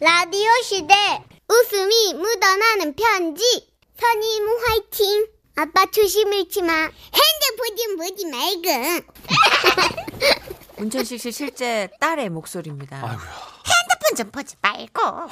라디오 시대 웃음이 묻어나는 편지 선임 화이팅 아빠 조심 잃지 마 핸드폰 좀 보지 말고 문천식 씨 실제 딸의 목소리입니다. 아이고야. 핸드폰 좀 보지 말고.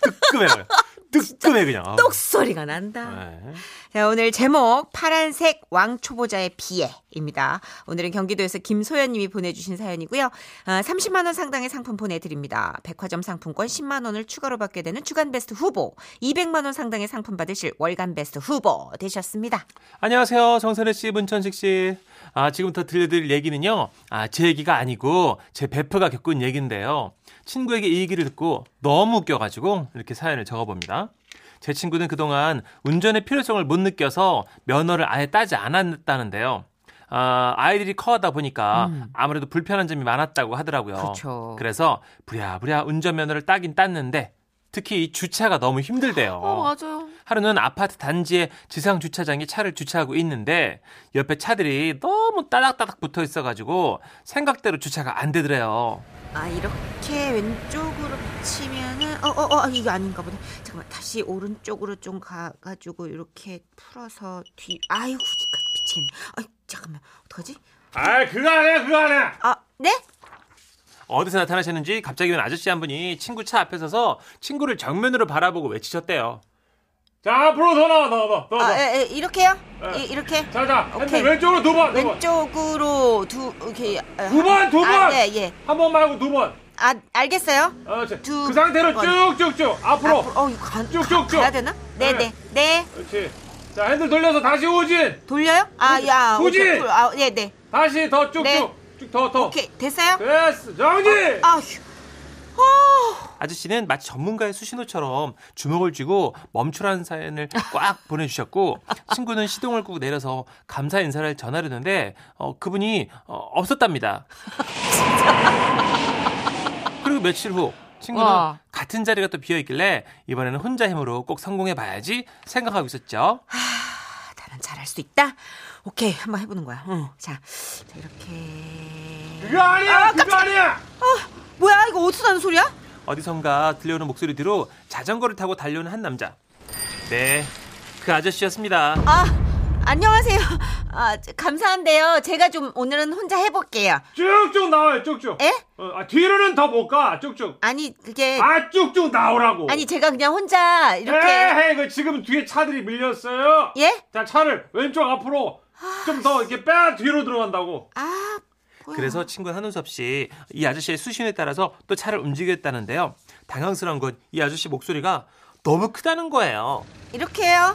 뜨끔해. 그냥. 뜨끔해 그냥. 아우. 똑소리가 난다. 네. 자, 오늘 제목 파란색 왕초보자의 비애입니다. 오늘은 경기도에서 김소연 님이 보내주신 사연이고요. 아, 30만 원 상당의 상품 보내드립니다. 백화점 상품권 10만 원을 추가로 받게 되는 주간베스트 후보 200만 원 상당의 상품 받으실 월간베스트 후보 되셨습니다. 안녕하세요. 정선혜 씨, 문천식 씨. 아, 지금부터 들려드릴 얘기는요. 아, 제 얘기가 아니고 제 베프가 겪은 얘기인데요. 친구에게 이 얘기를 듣고 너무 웃겨가지고 이렇게 사연을 적어봅니다. 제 친구는 그동안 운전의 필요성을 못 느껴서 면허를 아예 따지 않았다는데요. 아, 아이들이 커하다 보니까 아무래도 불편한 점이 많았다고 하더라고요. 음. 그렇죠. 그래서 부랴부랴 운전면허를 따긴 땄는데 특히 이 주차가 너무 힘들대요. 어, 맞아요. 하루는 아파트 단지의 지상 주차장에 차를 주차하고 있는데 옆에 차들이 너무 따닥따닥 붙어 있어가지고 생각대로 주차가 안 되더래요. 아 이렇게 왼쪽으로 치면은 어어어 이거 아닌가 보다 잠깐만 다시 오른쪽으로 좀 가가지고 이렇게 풀어서 뒤 아이고 이거 미치겠네 아이 잠깐만 어떡하지 아 그거 아니야 그거 아니야. 아네 어디서 나타나셨는지 갑자기 온 아저씨 한 분이 친구 차 앞에 서서 친구를 정면으로 바라보고 외치셨대요. 자 앞으로 더 나와 나와 더 아, 에, 에, 이렇게요 네. 이, 이렇게 자자 핸들 오케이. 왼쪽으로 두 번. 왼쪽으로 두 이렇게 아, 두 번, 두 번! 네예아 아, 한번 말고 두 번. 알겠어요 두 그 상태로 번. 쭉쭉쭉 앞으로- 어 이거 가, 쭉, 가, 쭉, 쭉. 가야 되나 네 네. 네, 네. 그렇지. 자 핸들 돌려서 다시 우진. 돌려요 아야 후진! 아네네 다시 더 쭉쭉 네. 네. 쭉더 더. 오케이 됐어요 됐어 정지. 아휴 어. 아저씨는 마치 전문가의 수신호처럼 주먹을 쥐고 멈추라는 사연을 꽉 보내주셨고 친구는 시동을 꾹 내려서 감사 인사를 전하려는데 어, 그분이 어, 없었답니다. 그리고 며칠 후 친구는 와. 같은 자리가 또 비어 있길래 이번에는 혼자 힘으로 꼭 성공해 봐야지 생각하고 있었죠. 나는 잘할 수 있다. 오케이, 한번 해보는 거야. 어, 자, 자, 이렇게. 그거 아니야, 그거 아니야. 뭐야, 이거 어디서 나는 소리야? 어디선가 들려오는 목소리 뒤로 자전거를 타고 달려오는 한 남자. 네, 그 아저씨였습니다. 아, 안녕하세요. 아, 저, 감사한데요. 제가 좀 오늘은 혼자 해볼게요. 쭉쭉 나와요, 쭉쭉. 에? 어, 아, 뒤로는 더 못 가, 쭉쭉. 아니, 그게. 아, 쭉쭉 나오라고. 아니, 제가 그냥 혼자 이렇게. 에헤이, 그 지금 뒤에 차들이 밀렸어요. 예? 자, 차를 왼쪽 앞으로 좀 더 이렇게 빼 뒤로 들어간다고. 아, 뭐야. 그래서 친구는 한은섭 씨 이 아저씨의 수신에 따라서 또 차를 움직였다는데요. 당황스러운 건 이 아저씨 목소리가 너무 크다는 거예요. 이렇게 해요.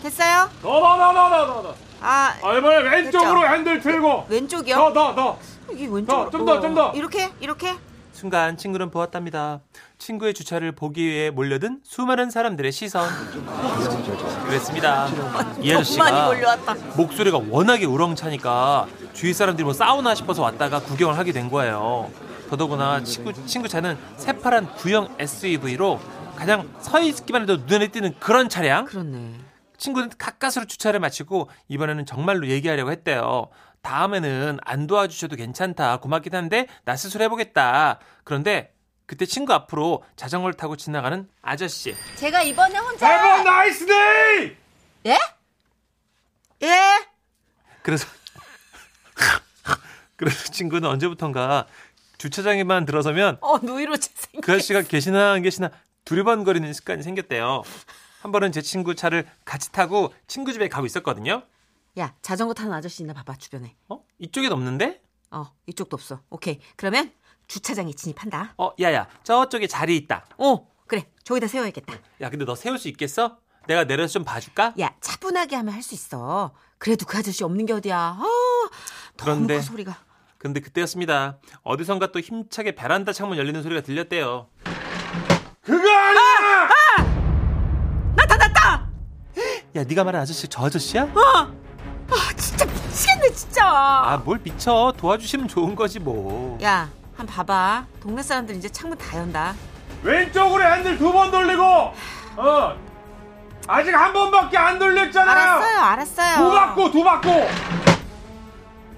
됐어요? 더, 더, 더, 더, 더, 더, 더. 아, 아, 이번에 왼쪽으로 됐죠. 핸들 들고. 왼쪽이요? 더, 더, 더. 이게 왼쪽. 더, 어, 좀 더, 좀 더. 이렇게? 이렇게? 순간 친구는 보았답니다. 친구의 주차를 보기 위해 몰려든 수많은 사람들의 시선. 아, 그랬습니다. 이 너무 많이 아저씨가 몰려왔다. 목소리가 워낙에 우렁차니까 주위 사람들이 뭐 싸우나 싶어서 왔다가 구경을 하게 된 거예요. 더더구나 친구, 친구 차는 새파란 구형 SUV로 가장 서 있기만 해도 눈에 띄는 그런 차량. 그렇네. 친구는 가까스로 주차를 마치고 이번에는 정말로 얘기하려고 했대요. 다음에는 안 도와주셔도 괜찮다. 고맙긴 한데 나 스스로 해보겠다. 그런데 그때 친구 앞으로 자전거를 타고 지나가는 아저씨. 제가 이번에 혼자. 대박, 나이스 데이! 예? 예? 그래서 그래서 친구는 언제부턴가 주차장에만 들어서면 어, 누이로 재생. 그 아저씨가 계시나 안 계시나 두리번거리는 습관이 생겼대요. 한 번은 제 친구 차를 같이 타고 친구 집에 가고 있었거든요. 야, 자전거 타는 아저씨 있나 봐봐, 주변에. 어? 이쪽엔 없는데? 어, 이쪽도 없어. 오케이. 그러면 주차장에 진입한다. 어, 야야, 저쪽에 자리 있다. 어, 그래. 저기다 세워야겠다. 야 근데 너 세울 수 있겠어? 내가 내려서 좀 봐줄까? 야, 차분하게 하면 할 수 있어. 그래도 그 아저씨 없는 게 어디야. 아, 너무 그런데- 그 소리가. 근데 그때였습니다. 어디선가 또 힘차게 베란다 창문 열리는 소리가 들렸대요. 그거 아니야! 나타났다! 야 네가 말한 아저씨 저 아저씨야? 아, 진짜 미치겠네, 진짜. 아 뭘 미쳐 도와주시면 좋은 거지 뭐. 야, 한 봐봐. 동네 사람들 이제 창문 다 연다. 왼쪽으로 핸들 두 번 돌리고. 어. 아직 한 번밖에 안 돌렸잖아요. 알았어요, 알았어요. 뭐 두 바퀴, 두 바퀴.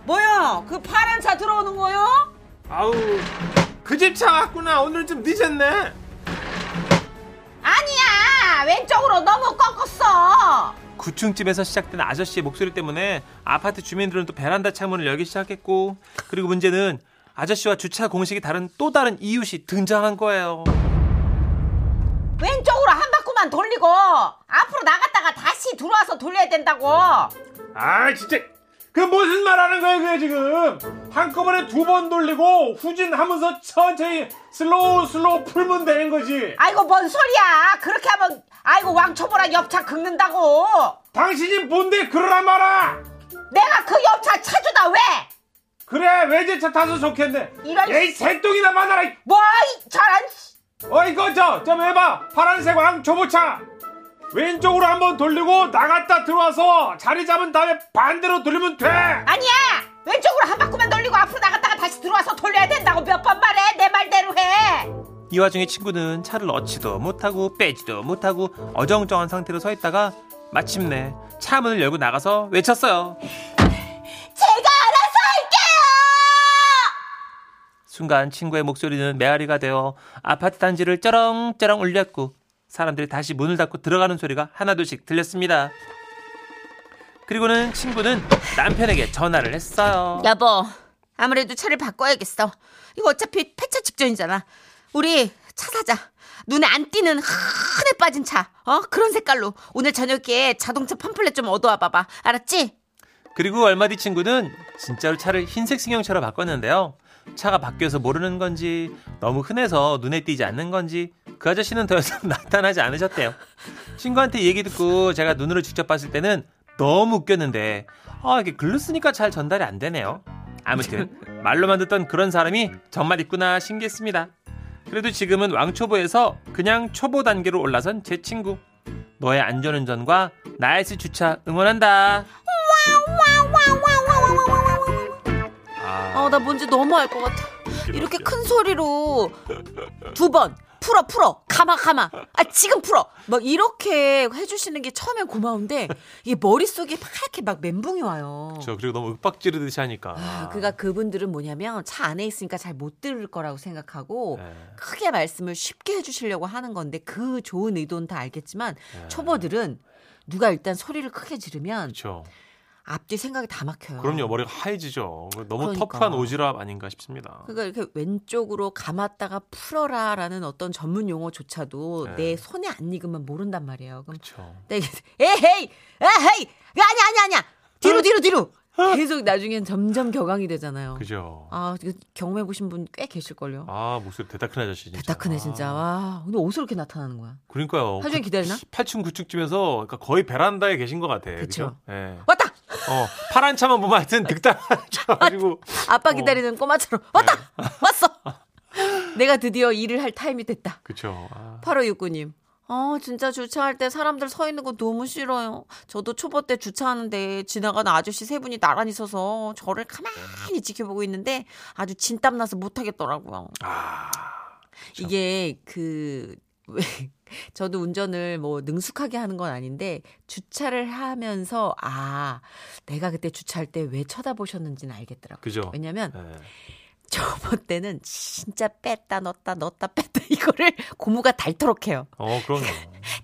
뭐야? 그 파란 차 들어오는 거요? 아우 그 집 차 왔구나 오늘 좀 늦었네 아니야 왼쪽으로 너무 꺾었어 9층 집에서 시작된 아저씨의 목소리 때문에 아파트 주민들은 또 베란다 창문을 열기 시작했고 그리고 문제는 아저씨와 주차 공식이 다른 또 다른 이웃이 등장한 거예요. 왼쪽으로 한 바퀴만 돌리고 앞으로 나갔다가 다시 들어와서 돌려야 된다고 아 진짜 그 무슨 말 하는 거야 그게 지금 한꺼번에 두 번 돌리고 후진하면서 천천히 슬로우 슬로우 풀면 되는 거지 아이고 뭔 소리야 그렇게 하면 아이고 왕초보라 옆차 긁는다고 당신이 뭔데 그러라 마라 내가 그 옆차 차주다 왜 그래 외제차 타서 좋겠네 이런- 에이 새똥이나 받아라 이- 뭐 이 저런 씨. 어 이거 저좀 해봐 파란색 왕초보차 왼쪽으로 한번 돌리고 나갔다 들어와서 자리 잡은 다음에 반대로 돌리면 돼 아니야 왼쪽으로 한 바퀴만 돌리고 앞으로 나갔다가 다시 들어와서 돌려야 된다고 몇 번 말해 내 말대로 해 이 와중에 친구는 차를 얻지도 못하고 빼지도 못하고 어정쩡한 상태로 서 있다가 마침내 차 문을 열고 나가서 외쳤어요. 제가 알아서 할게요 순간 친구의 목소리는 메아리가 되어 아파트 단지를 쩌렁쩌렁 울렸고 사람들이 다시 문을 닫고 들어가는 소리가 하나둘씩 들렸습니다. 그리고는 친구는 남편에게 전화를 했어요. 여보, 아무래도 차를 바꿔야겠어. 이거 어차피 폐차 직전이잖아. 우리 차 사자. 눈에 안 띄는 흔해 빠진 차. 어? 그런 색깔로. 오늘 저녁에 자동차 팜플렛 좀 얻어와 봐봐. 알았지? 그리고 얼마 뒤 친구는 진짜로 차를 흰색 승용차로 바꿨는데요. 차가 바뀌어서 모르는 건지 너무 흔해서 눈에 띄지 않는 건지 그 아저씨는 더 이상 나타나지 않으셨대요. 친구한테 얘기 듣고 제가 눈으로 직접 봤을 때는 너무 웃겼는데 아 이게 글로 쓰니까 잘 전달이 안 되네요. 아무튼 말로만 듣던 그런 사람이 정말 있구나 신기했습니다. 그래도 지금은 왕초보에서 그냥 초보 단계로 올라선 제 친구. 너의 안전운전과 나이스 주차 응원한다. 어, 나 뭔지 너무 알 것 같아. 이렇게 큰 소리로 두 번. 풀어, 풀어. 가마, 가마. 아, 지금 풀어. 막 이렇게 해주시는 게 처음엔 고마운데, 이게 머릿속에 하얗게 막 멘붕이 와요. 저 그리고 너무 윽박 지르듯이 하니까. 아, 그가 그분들은 뭐냐면 차 안에 있으니까 잘 못 들을 거라고 생각하고 네. 크게 말씀을 쉽게 해주시려고 하는 건데 그 좋은 의도는 다 알겠지만 초보들은 누가 일단 소리를 크게 지르면 네. 그렇죠. 앞뒤 생각이 다 막혀요. 그럼요. 머리가 하얘지죠. 너무 그러니까. 터프한 오지랖 아닌가 싶습니다. 그러니까 이렇게 왼쪽으로 감았다가 풀어라라는 어떤 전문 용어조차도 네. 내 손에 안 익으면 모른단 말이에요. 그럼 그렇죠. 내가 이제 에헤이, 에헤이, 아니 아니 아니야. 뒤로 뒤로 뒤로. 계속 나중엔 점점 격앙이 되잖아요. 그죠. 아, 이거 경험해 보신 분 꽤 계실 걸요. 아, 목소리 대다 큰 아저씨 진짜. 다 크네 진짜. 와, 근데 어디서 이렇게 나타나는 거야? 어, 그러니까요. 하루 종일 기다리나? 8층 9층쯤에서 그러니까 거의 베란다에 계신 것 같아. 그죠? 그쵸. 예. 왔다. 어, 파란 차만 보면 하여튼 득달 가지고 아빠 어. 네. 기다리는 꼬마처럼 왔다. 왔어. 내가 드디어 일을 할 타임이 됐다. 그렇죠. 아, 8569님. 아, 진짜 주차할 때 사람들 서 있는 거 너무 싫어요. 저도 초보 때 주차하는데 지나가는 아저씨 세 분이 나란히 서서 저를 가만히 지켜보고 있는데 아주 진땀 나서 못 하겠더라고요. 이게 그 왜, 저도 운전을 뭐 능숙하게 하는 건 아닌데 주차를 하면서 아, 내가 그때 주차할 때 왜 쳐다보셨는지는 알겠더라고요. 그죠. 왜냐면 예. 저번 때는 진짜 뺐다 넣었다 넣었다 뺐다 이거를 고무가 닳도록 해요. 어, 그럼요.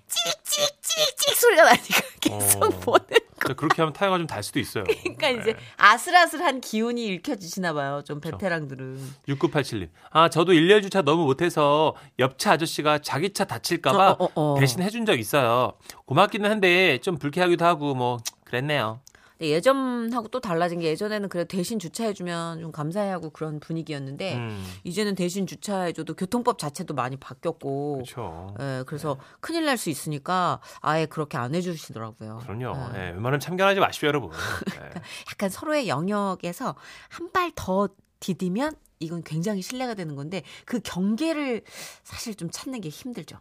찌릭찌릭찌릭찌릭 소리가 나니까 계속 어. 네. 보는 거. 진짜 그렇게 하면 타이어가 좀 달 수도 있어요. 그러니까 이제 아슬아슬한 기운이 읽혀지시나 봐요. 좀 베테랑들은. 6987님. 아, 저도 일렬 주차 너무 못해서 옆차 아저씨가 자기 차 다칠까봐 어, 어, 어. 대신 해준 적 있어요. 고맙기는 한데 좀 불쾌하기도 하고 뭐 그랬네요. 근데 예전하고 또 달라진 게 예전에는 그래 대신 주차해주면 좀 감사해하고 그런 분위기였는데 음, 이제는 대신 주차해줘도 교통법 자체도 많이 바뀌었고. 그렇죠. 예, 그래서 큰일 날 수 있으니까 아예 그렇게 안 해주시더라고요. 그럼요. 예. 예, 웬만하면 참견하지 마십시오, 여러분. 예. 약간 서로의 영역에서 한 발 더 디디면 이건 굉장히 신뢰가 되는 건데 그 경계를 사실 좀 찾는 게 힘들죠.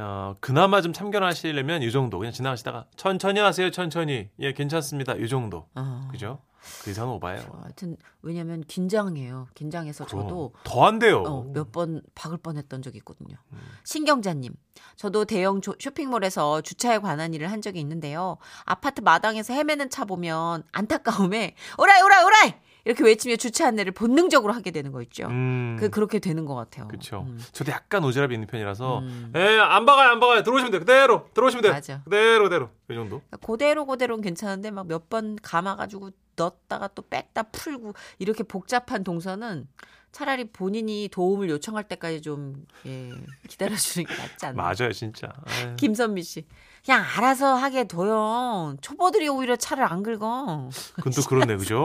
어, 그나마 좀 참견하시려면 이 정도 그냥 지나가시다가 천천히 하세요, 천천히. 예, 괜찮습니다. 이 정도. 어. 그죠? 그 이상은 오바예요. 아, 하여튼 왜냐면 긴장해요. 긴장해서 저도 더 안 돼요. 어, 몇 번 박을 뻔했던 적이 있거든요. 음. 신경자님, 저도 대형 조- 쇼핑몰에서 주차에 관한 일을 한 적이 있는데요. 아파트 마당에서 헤매는 차 보면 안타까움에 오라이 오라이 오라이 이렇게 외치며 주체 안내를 본능적으로 하게 되는 거 있죠. 음. 그 그렇게 되는 것 같아요. 그렇죠. 음. 저도 약간 오지랖이 있는 편이라서 예, 에안 박아요 안 박아요 들어오시면 돼 그대로 들어오시면 돼 맞아. 그대로 그대로 이 정도. 그대로 그대로는 그러니까 괜찮은데 막 몇 번 감아가지고 넣었다가 또 뺐다 풀고 이렇게 복잡한 동선은 차라리 본인이 도움을 요청할 때까지 좀 예, 기다려주는 게 낫지 않나. 맞아요 진짜. 에이. 김선미 씨, 그냥 알아서 하게 둬요. 초보들이 오히려 차를 안 긁어. 그건 또 그렇네 그죠?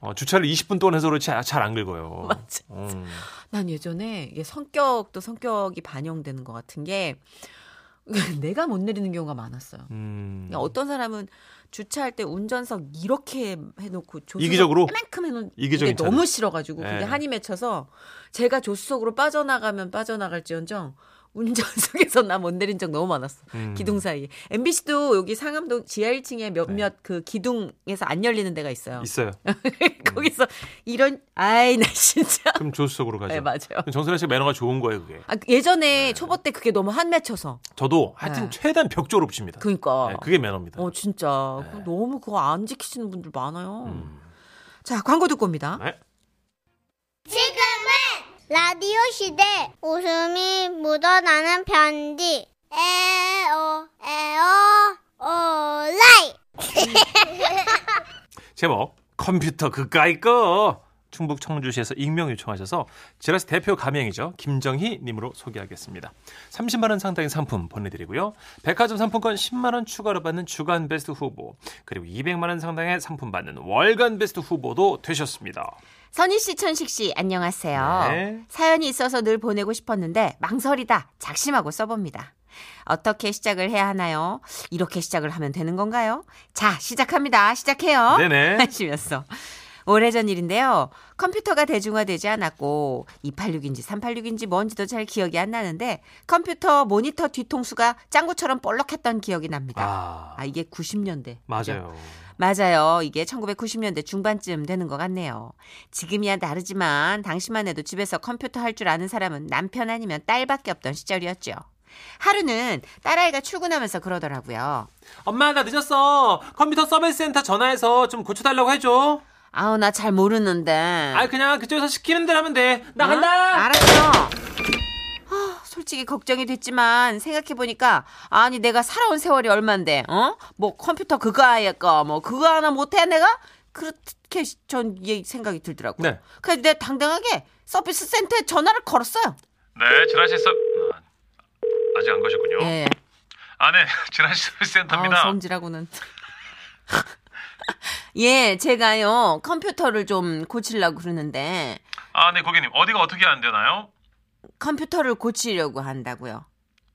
어, 주차를 20분 동안 해서 그렇지 잘 안 긁어요. 맞아. 음. 난 예전에 이게 성격도 성격이 반영되는 것 같은 게 내가 못 내리는 경우가 많았어요. 음. 그러니까 어떤 사람은 주차할 때 운전석 이렇게 해놓고 조수석 이기적으로? 이만큼 해놓은 이기적인 게 차는? 너무 싫어가지고 그게 예. 한이 맺혀서 제가 조수석으로 빠져나가면 빠져나갈지언정 운전석에서 나 못 내린 적 너무 많았어. 음. 기둥 사이에 MBC도 여기 상암동 지하 1층에 몇몇 그 기둥에서 안 열리는 데가 있어요. 네. 있어요. 거기서 이런 아이 나 진짜 그럼 조수석으로 가죠. 네, 맞아요. 정선아 네. 씨 매너가 좋은 거예요 그게. 아, 그 예전에 초보 때 그게 너무 한 맺혀서 저도 하여튼 네. 최대한 벽조로 붙입니다. 그러니까 네, 그게 매너입니다. 어 진짜 그거 너무 그거 안 지키시는 분들 많아요. 음. 자 광고 듣고 옵니다. 네. 지금은 라디오 시대 웃음이 묻어나는 편지 에어 에어 오라이 제목 컴퓨터 그까이 거 충북 청주시에서 익명 요청하셔서 지라스 대표 가명이죠 김정희 님으로 소개하겠습니다. 30만 원 상당의 상품 보내드리고요. 백화점 상품권 10만 원 추가로 받는 주간 베스트 후보 그리고 200만 원 상당의 상품 받는 월간 베스트 후보도 되셨습니다. 선희 씨, 천식 씨 안녕하세요. 아. 네. 사연이 있어서 늘 보내고 싶었는데 망설이다 작심하고 써봅니다. 어떻게 시작을 해야 하나요? 이렇게 시작을 하면 되는 건가요? 자 시작합니다. 시작해요. 네네. 하시면서 오래전 일인데요. 컴퓨터가 대중화되지 않았고 286인지 386인지 뭔지도 잘 기억이 안 나는데 컴퓨터 모니터 뒤통수가 짱구처럼 볼록했던 기억이 납니다. 아 아 이게 90년대 맞아요. 맞아요. 이게 1990년대 중반쯤 되는 것 같네요. 지금이야 다르지만 당시만 해도 집에서 컴퓨터 할 줄 아는 사람은 남편 아니면 딸밖에 없던 시절이었죠. 하루는 딸아이가 출근하면서 그러더라고요. 엄마 나 늦었어. 컴퓨터 서비스 센터 전화해서 좀 고쳐달라고 해줘. 아우 나 잘 모르는데. 네. 아 그냥 그쪽에서 시키는 대로 하면 돼. 나 어? 간다. 알았어. 아, 솔직히 걱정이 됐지만 생각해보니까 아니 내가 살아온 세월이 얼만데 어? 뭐 컴퓨터 그거 아예 거뭐 그거 하나 못해 내가? 그렇게 전 이 생각이 들더라고요. 네. 그래서 내가 당당하게 서비스 센터에 전화를 걸었어요. 네, 지라시 서 아, 아직 안 가셨군요. 예. 아, 네, 지라시 서비스 아우, 성질하고는. 예, 제가요 컴퓨터를 좀 고치려고 그러는데 아, 네, 고객님 어디가 어떻게 안 되나요? 컴퓨터를 고치려고 한다고요.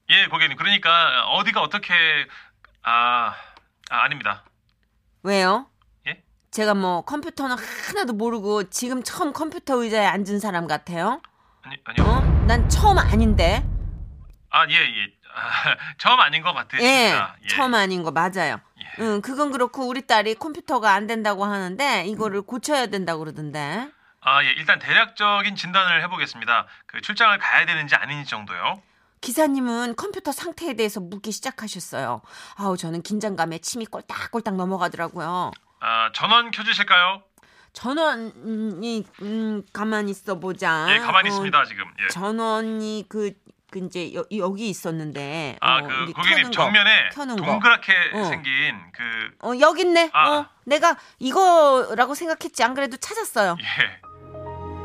예, 고객님 그러니까 어디가 어떻게 아, 아 아닙니다. 왜요? 예? 제가 뭐 컴퓨터는 하나도 모르고 지금 처음 컴퓨터 의자에 앉은 사람 같아요? 아니 어? 아니요. 난 처음 아닌데. 아, 예, 예. 아, 처음 아닌 것 예, 같으십니다. 처음 아닌 거 맞아요. 예. 응, 그건 그렇고 우리 딸이 컴퓨터가 안 된다고 하는데 이거를 고쳐야 된다고 그러던데. 아, 예. 일단 대략적인 진단을 해 보겠습니다. 그 출장을 가야 되는지 아닌지 정도요. 기사님은 컴퓨터 상태에 대해서 묻기 시작하셨어요. 아우 저는 긴장감에 침이 꼴딱꼴딱 넘어가더라고요. 아, 전원 켜 주실까요? 전원이 음, 가만히 있어 보자. 예, 가만히 어, 있습니다, 지금. 예. 전원이 그, 그 이제 여, 여기 있었는데. 아, 어, 그 이게 고객님 켜는 거, 정면에 켜는 거. 동그랗게 어. 생긴 그 어 여기 있네. 아. 어 내가 이거라고 생각했지 안 그래도 찾았어요. 예.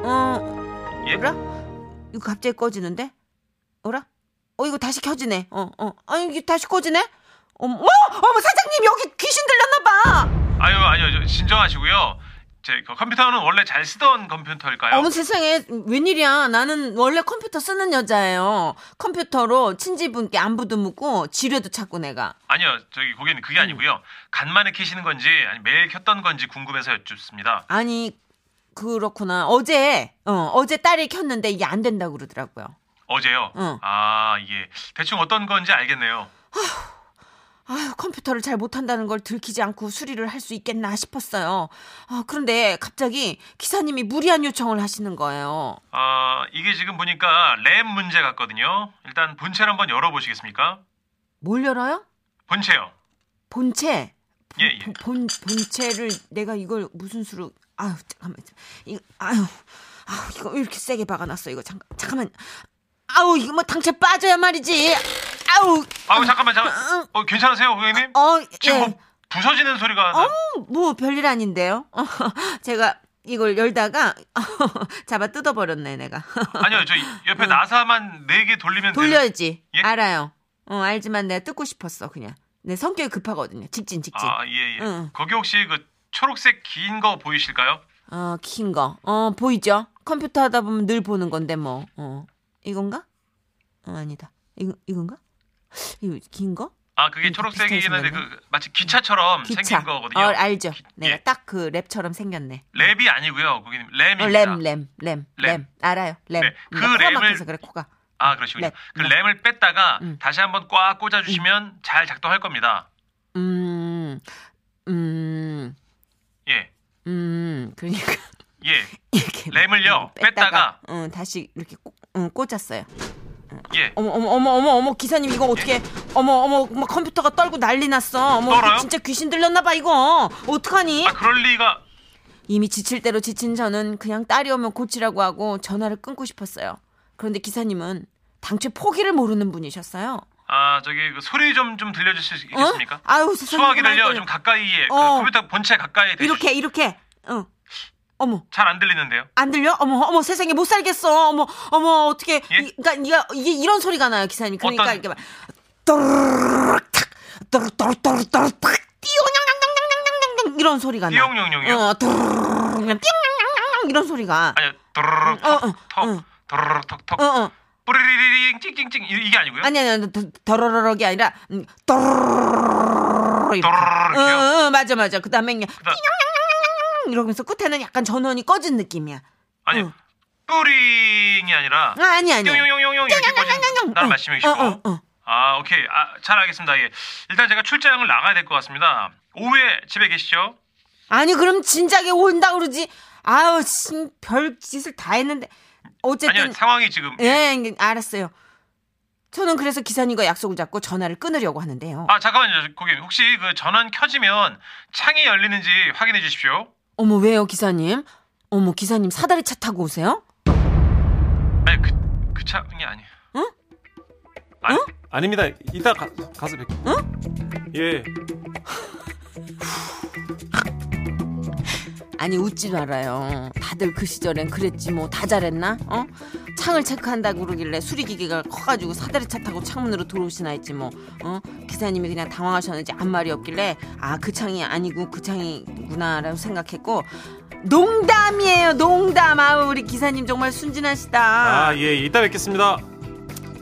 어 예? 어라? 이거 갑자기 꺼지는데? 어라? 어 이거 다시 켜지네. 어어 아니 이게 다시 꺼지네? 어머 어머 어머, 사장님 여기 귀신 들렸나 봐. 아유, 아니요. 저- 진정하시고요. 제 그 컴퓨터는 원래 잘 쓰던 컴퓨터일까요? 어머 세상에 웬일이야? 나는 원래 컴퓨터 쓰는 여자예요. 컴퓨터로 친지분께 안부도 묻고 지뢰도 찾고 내가. 아니요, 저기 고객님 음. 그게 아니고요. 간만에 켜시는 건지 아니 매일 켰던 건지 궁금해서 여쭙습니다. 아니 그렇구나. 어제 어 어제 딸이 켰는데 이게 안 된다고 그러더라고요. 어제요. 응. 아, 예. 대충 어떤 건지 알겠네요. 아휴, 컴퓨터를 잘 못한다는 걸 들키지 않고 수리를 할 수 있겠나 싶었어요. 아, 그런데 갑자기 기사님이 무리한 요청을 하시는 거예요. 아, 이게 지금 보니까 램 문제 같거든요. 일단 본체를 한번 열어보시겠습니까? 뭘 열어요? 본체요. 본체. 본- 예, 예. 본, 본체를 내가 이걸 무슨 수로 아유 잠깐만 이거 아유 아유 이거 왜 이렇게 세게 박아놨어 이거 잠깐 잠깐만 아우 이거 뭐 당체 빠져야 말이지 아우 아우 잠깐만 잠깐. 어 괜찮으세요 고객님? 어 지금 예. 뭐 부서지는 소리가. 나요. 뭐 별일 아닌데요 제가 이걸 열다가 잡아 뜯어버렸네 내가 아니요 저 옆에 나사만 네 개 돌리면 돼요. 돌려야지 예? 알아요 어 알지만 내가 뜯고 싶었어 그냥 내 성격이 급하거든요 직진 직진 아 예예. 응. 거기 혹시 그 초록색 긴 거 보이실까요? 어, 긴 거. 어, 보이죠? 컴퓨터 하다 보면 늘 보는 건데 뭐. 어. 이건가? 어, 아니다. 이거 이건가? 이거 긴 거? 아 그게 음, 초록색이긴 비슷하게 한데 생겼네. 그 마치 기차처럼 기차. 생긴 거거든요. 어, 알죠. 기- 내가 예. 딱 그 랩처럼 생겼네. 랩이 아니고요 고객님 램입니다. 어, 램, 램, 램, 예. 램. 램. 알아요. 램. 네, 그 내가 코가 램을- 막혀서 그래, 코가. 아 그러시군요. 랩. 그 네. 램을 뺐다가 음. 다시 한번 꽉 꽂아주시면 잘 작동할 겁니다. 음. 음. 예. 음. 그러니까 예, 이렇게 램을요, 뺐다가. 응, 음, 다시 이렇게 꽂- 응, 꽂았어요. 음. 예. 어머 어머 어머 어머 어머 기사님 이거 어떻게 어머 어머 어머, 컴퓨터가 떨고 난리 났어 어머 떨어요? 이거 진짜 귀신 들렸나 봐 이거 어떡하니 아 그럴 리가. 이미 지칠 대로 지친 저는 그냥 딸이 오면 고치라고 하고 전화를 끊고 싶었어요 그런데 기사님은 당최 포기를 모르는 분이셨어요 아 저기 그 소리 좀 좀 들려줄 수 어? 있겠습니까? 아유 세상에 수화기를요 그만둬요. 좀 가까이에 그 어. 컴퓨터 본체 가까이에 이렇게 이렇게 어 어머 잘안 들리는데요. 안 들려? 어머 어머 세상에 못 살겠어. 어머 어머 어떻게? 예? 이, 그러니까 이가 이게 이런 소리가 나요 기사님. 그러니까 어떤- 이렇게 막 또르륵 탁 또르륵 또르륵 또르륵 또르륵 탁 띠용냥냥냥냥냥냥냥 이런 소리가 나. 띠용냥냥이요? 어 또르륵 띠용냥냥냥 이런 소리가. 아니요 도르륵 어, 어, 어. 턱턱 도르륵 턱턱 어어 뿌리리리링 찡찡찡 이- 이게 아니고요. 아니 아니 아니 더- 더러러럭이 아니라 음, 또르륵 이렇게. 도르륵이요? 어, 어, 맞아 맞아. 그다음에 그냥 그다음- 띵 이러면서 끝에는 약간 전원이 꺼진 느낌이야. 아니 응. 뿌링이 아니라 어. 아, 아니 아니. 용용용용 이렇게 꽂은 나는 말씀이시고 어, 어, 어. 아 오케이 아, 잘 알겠습니다 예. 일단 제가 출장을 나가야 될 것 같습니다 오후에 집에 계시죠 아니 그럼 진작에 온다 그러지. 아, 아우 진, 별 짓을 다 했는데 어쨌든 아니요 상황이 지금 음. 예 알았어요. 저는 그래서 기사님과 약속을 잡고 전화를 끊으려고 하는데요. 아 잠깐만요 고객님 혹시 그 전원 켜지면 창이 열리는지 확인해 주십시오 어머 왜요 기사님? 어머 기사님 사다리 차 타고 오세요? 아니 그, 그 창이 아니에요 아닙니다. 이따 가, 가서 뵙. 응? 예. 아니 웃지 말아요. 다들 그 시절엔 그랬지 뭐 다 잘했나? 어? 창을 체크한다고 그러길래 수리기계가 커가지고 사다리 차 타고 창문으로 들어오시나 했지 뭐. 어? 기사님이 그냥 당황하셨는지 아무 말이 없길래 아 그 창이 아니고 그 창이구나라고 생각했고 농담이에요 농담. 아우 우리 기사님 정말 순진하시다. 아, 예. 이따 뵙겠습니다.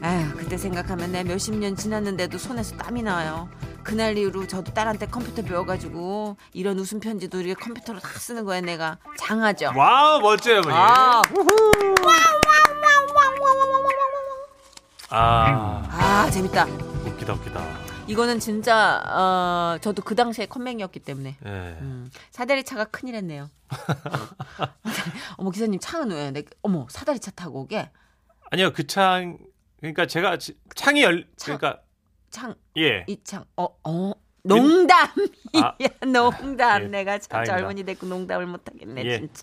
아휴 그때 생각하면 내 몇십 년 지났는데도 손에서 땀이 나요. 그날 이후로 저도 딸한테 컴퓨터 배워가지고 이런 웃음 편지도 이렇게 컴퓨터로 다 쓰는 거야 내가 장하죠. 와우, 멋져요, 어머니. 아, 아, 아 재밌다. 웃기다, 웃기다. 이거는 진짜 어, 저도 그 당시에 컴맹이었기 때문에 예. 음, 사다리 차가 큰일했네요. 어머 기사님 차는 왜? 내, 어머 사다리 차 타고 오게 아니요, 그 창 그러니까 제가 지- 창이 열 창. 그러니까 예. 창 이 창 어 어 농담이야 아. 농담 예, 내가 참 다행이다. 젊은이 됐고 농담을 못하겠네 예. 진짜.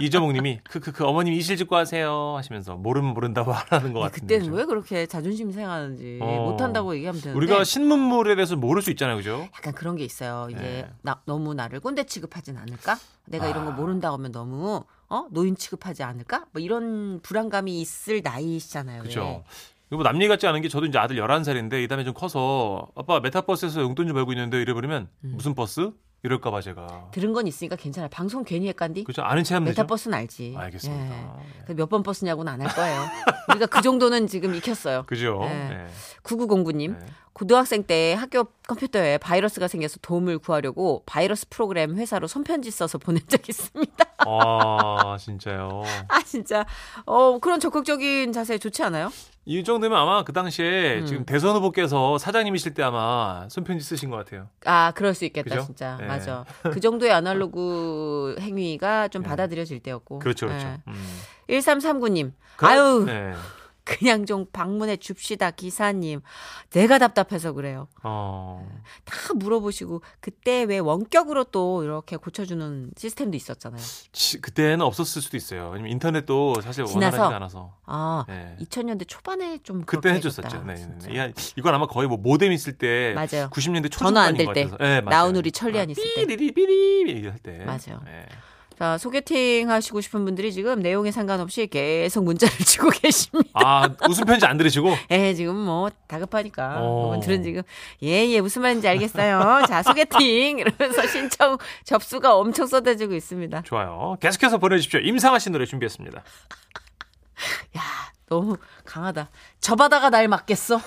이조목 님이 크크크 어머님 이실직고 하세요 하시면서 모르면 모른다고 하라는 것 근데 같은데. 네, 그때는 왜 그렇게 자존심 이 생각하는지 어. 못한다고 얘기하면 되는데 네. 우리가 신문물에 대해서 모를 수 있잖아요. 그죠? 약간 그런 게 있어요. 이게 예. 나, 너무 나를 꼰대 취급하진 않을까? 내가 이런 거 아. 모른다고 하면 너무 어 노인 취급하지 않을까? 뭐 이런 불안감이 있을 나이시잖아요. 왜. 그죠? 이거 뭐 남일 같지 않은 게 저도 이제 아들 11살인데 이 다음에 좀 커서 아빠 메타버스에서 용돈 좀 벌고 있는데 이래버리면 음. 무슨 버스? 이럴까 봐 제가. 들은 건 있으니까 괜찮아요. 방송 괜히 헷간디? 그죠? 아는 체하면 되죠. 메타버스는 알지. 예. 알겠습니다. 네. 몇 번 버스냐고는 안 할 거예요. 우리가 그 정도는 지금 익혔어요. 그죠? 예. 예. 9909님, 네. 고등학생 때 학교 컴퓨터에 바이러스가 생겨서 도움을 구하려고 바이러스 프로그램 회사로 손편지 써서 보낸 적 있습니다. 아, 진짜요. 아, 진짜. 어, 그런 적극적인 자세 좋지 않아요? 이 정도면 아마 그 당시에 음. 지금 대선 후보께서 사장님이실 때 아마 손편지 쓰신 것 같아요. 아, 그럴 수 있겠다, 그죠? 진짜. 예. 맞아. 그 정도의 아날로그 행위가 좀 받아들여질 때였고. 예. 그렇죠, 그렇죠. 어. 예. 음. 1339님. 그럼- 아유, 네. 그냥 좀 방문해 줍시다, 기사님. 내가 답답해서 그래요. 어. 다 물어보시고, 그때 왜 원격으로 또 이렇게 고쳐주는 시스템도 있었잖아요. 지- 그때는 없었을 수도 있어요. 왜냐면 인터넷도 사실 지나서? 원활하지 않아서. 아, 예. 네. 2000년대 초반에 좀. 그때 그렇게 해줬었죠. 해줬다, 네, 진짜. 네. 야, 이건 아마 거의 뭐 모뎀 있을 때 맞아요. 90년대 초반 전화 안될 때. 네, 맞아요. 나훈우리 천리안 있을 때. 삐리리 삐리 할 때. 맞아요. 네. 자, 소개팅 하시고 싶은 분들이 지금 내용에 상관없이 계속 문자를 주고 계십니다. 아 웃음 편지 안 들으시고 예, 지금 뭐 다급하니까 어. 그분들은 지금 예예 무슨 말인지 알겠어요. 자 소개팅 이러면서 신청 접수가 엄청 쏟아지고 있습니다. 좋아요. 계속해서 보내주십시오. 임상아 씨 노래 준비했습니다. 너무 강하다. 저 바다가 날 맞겠어.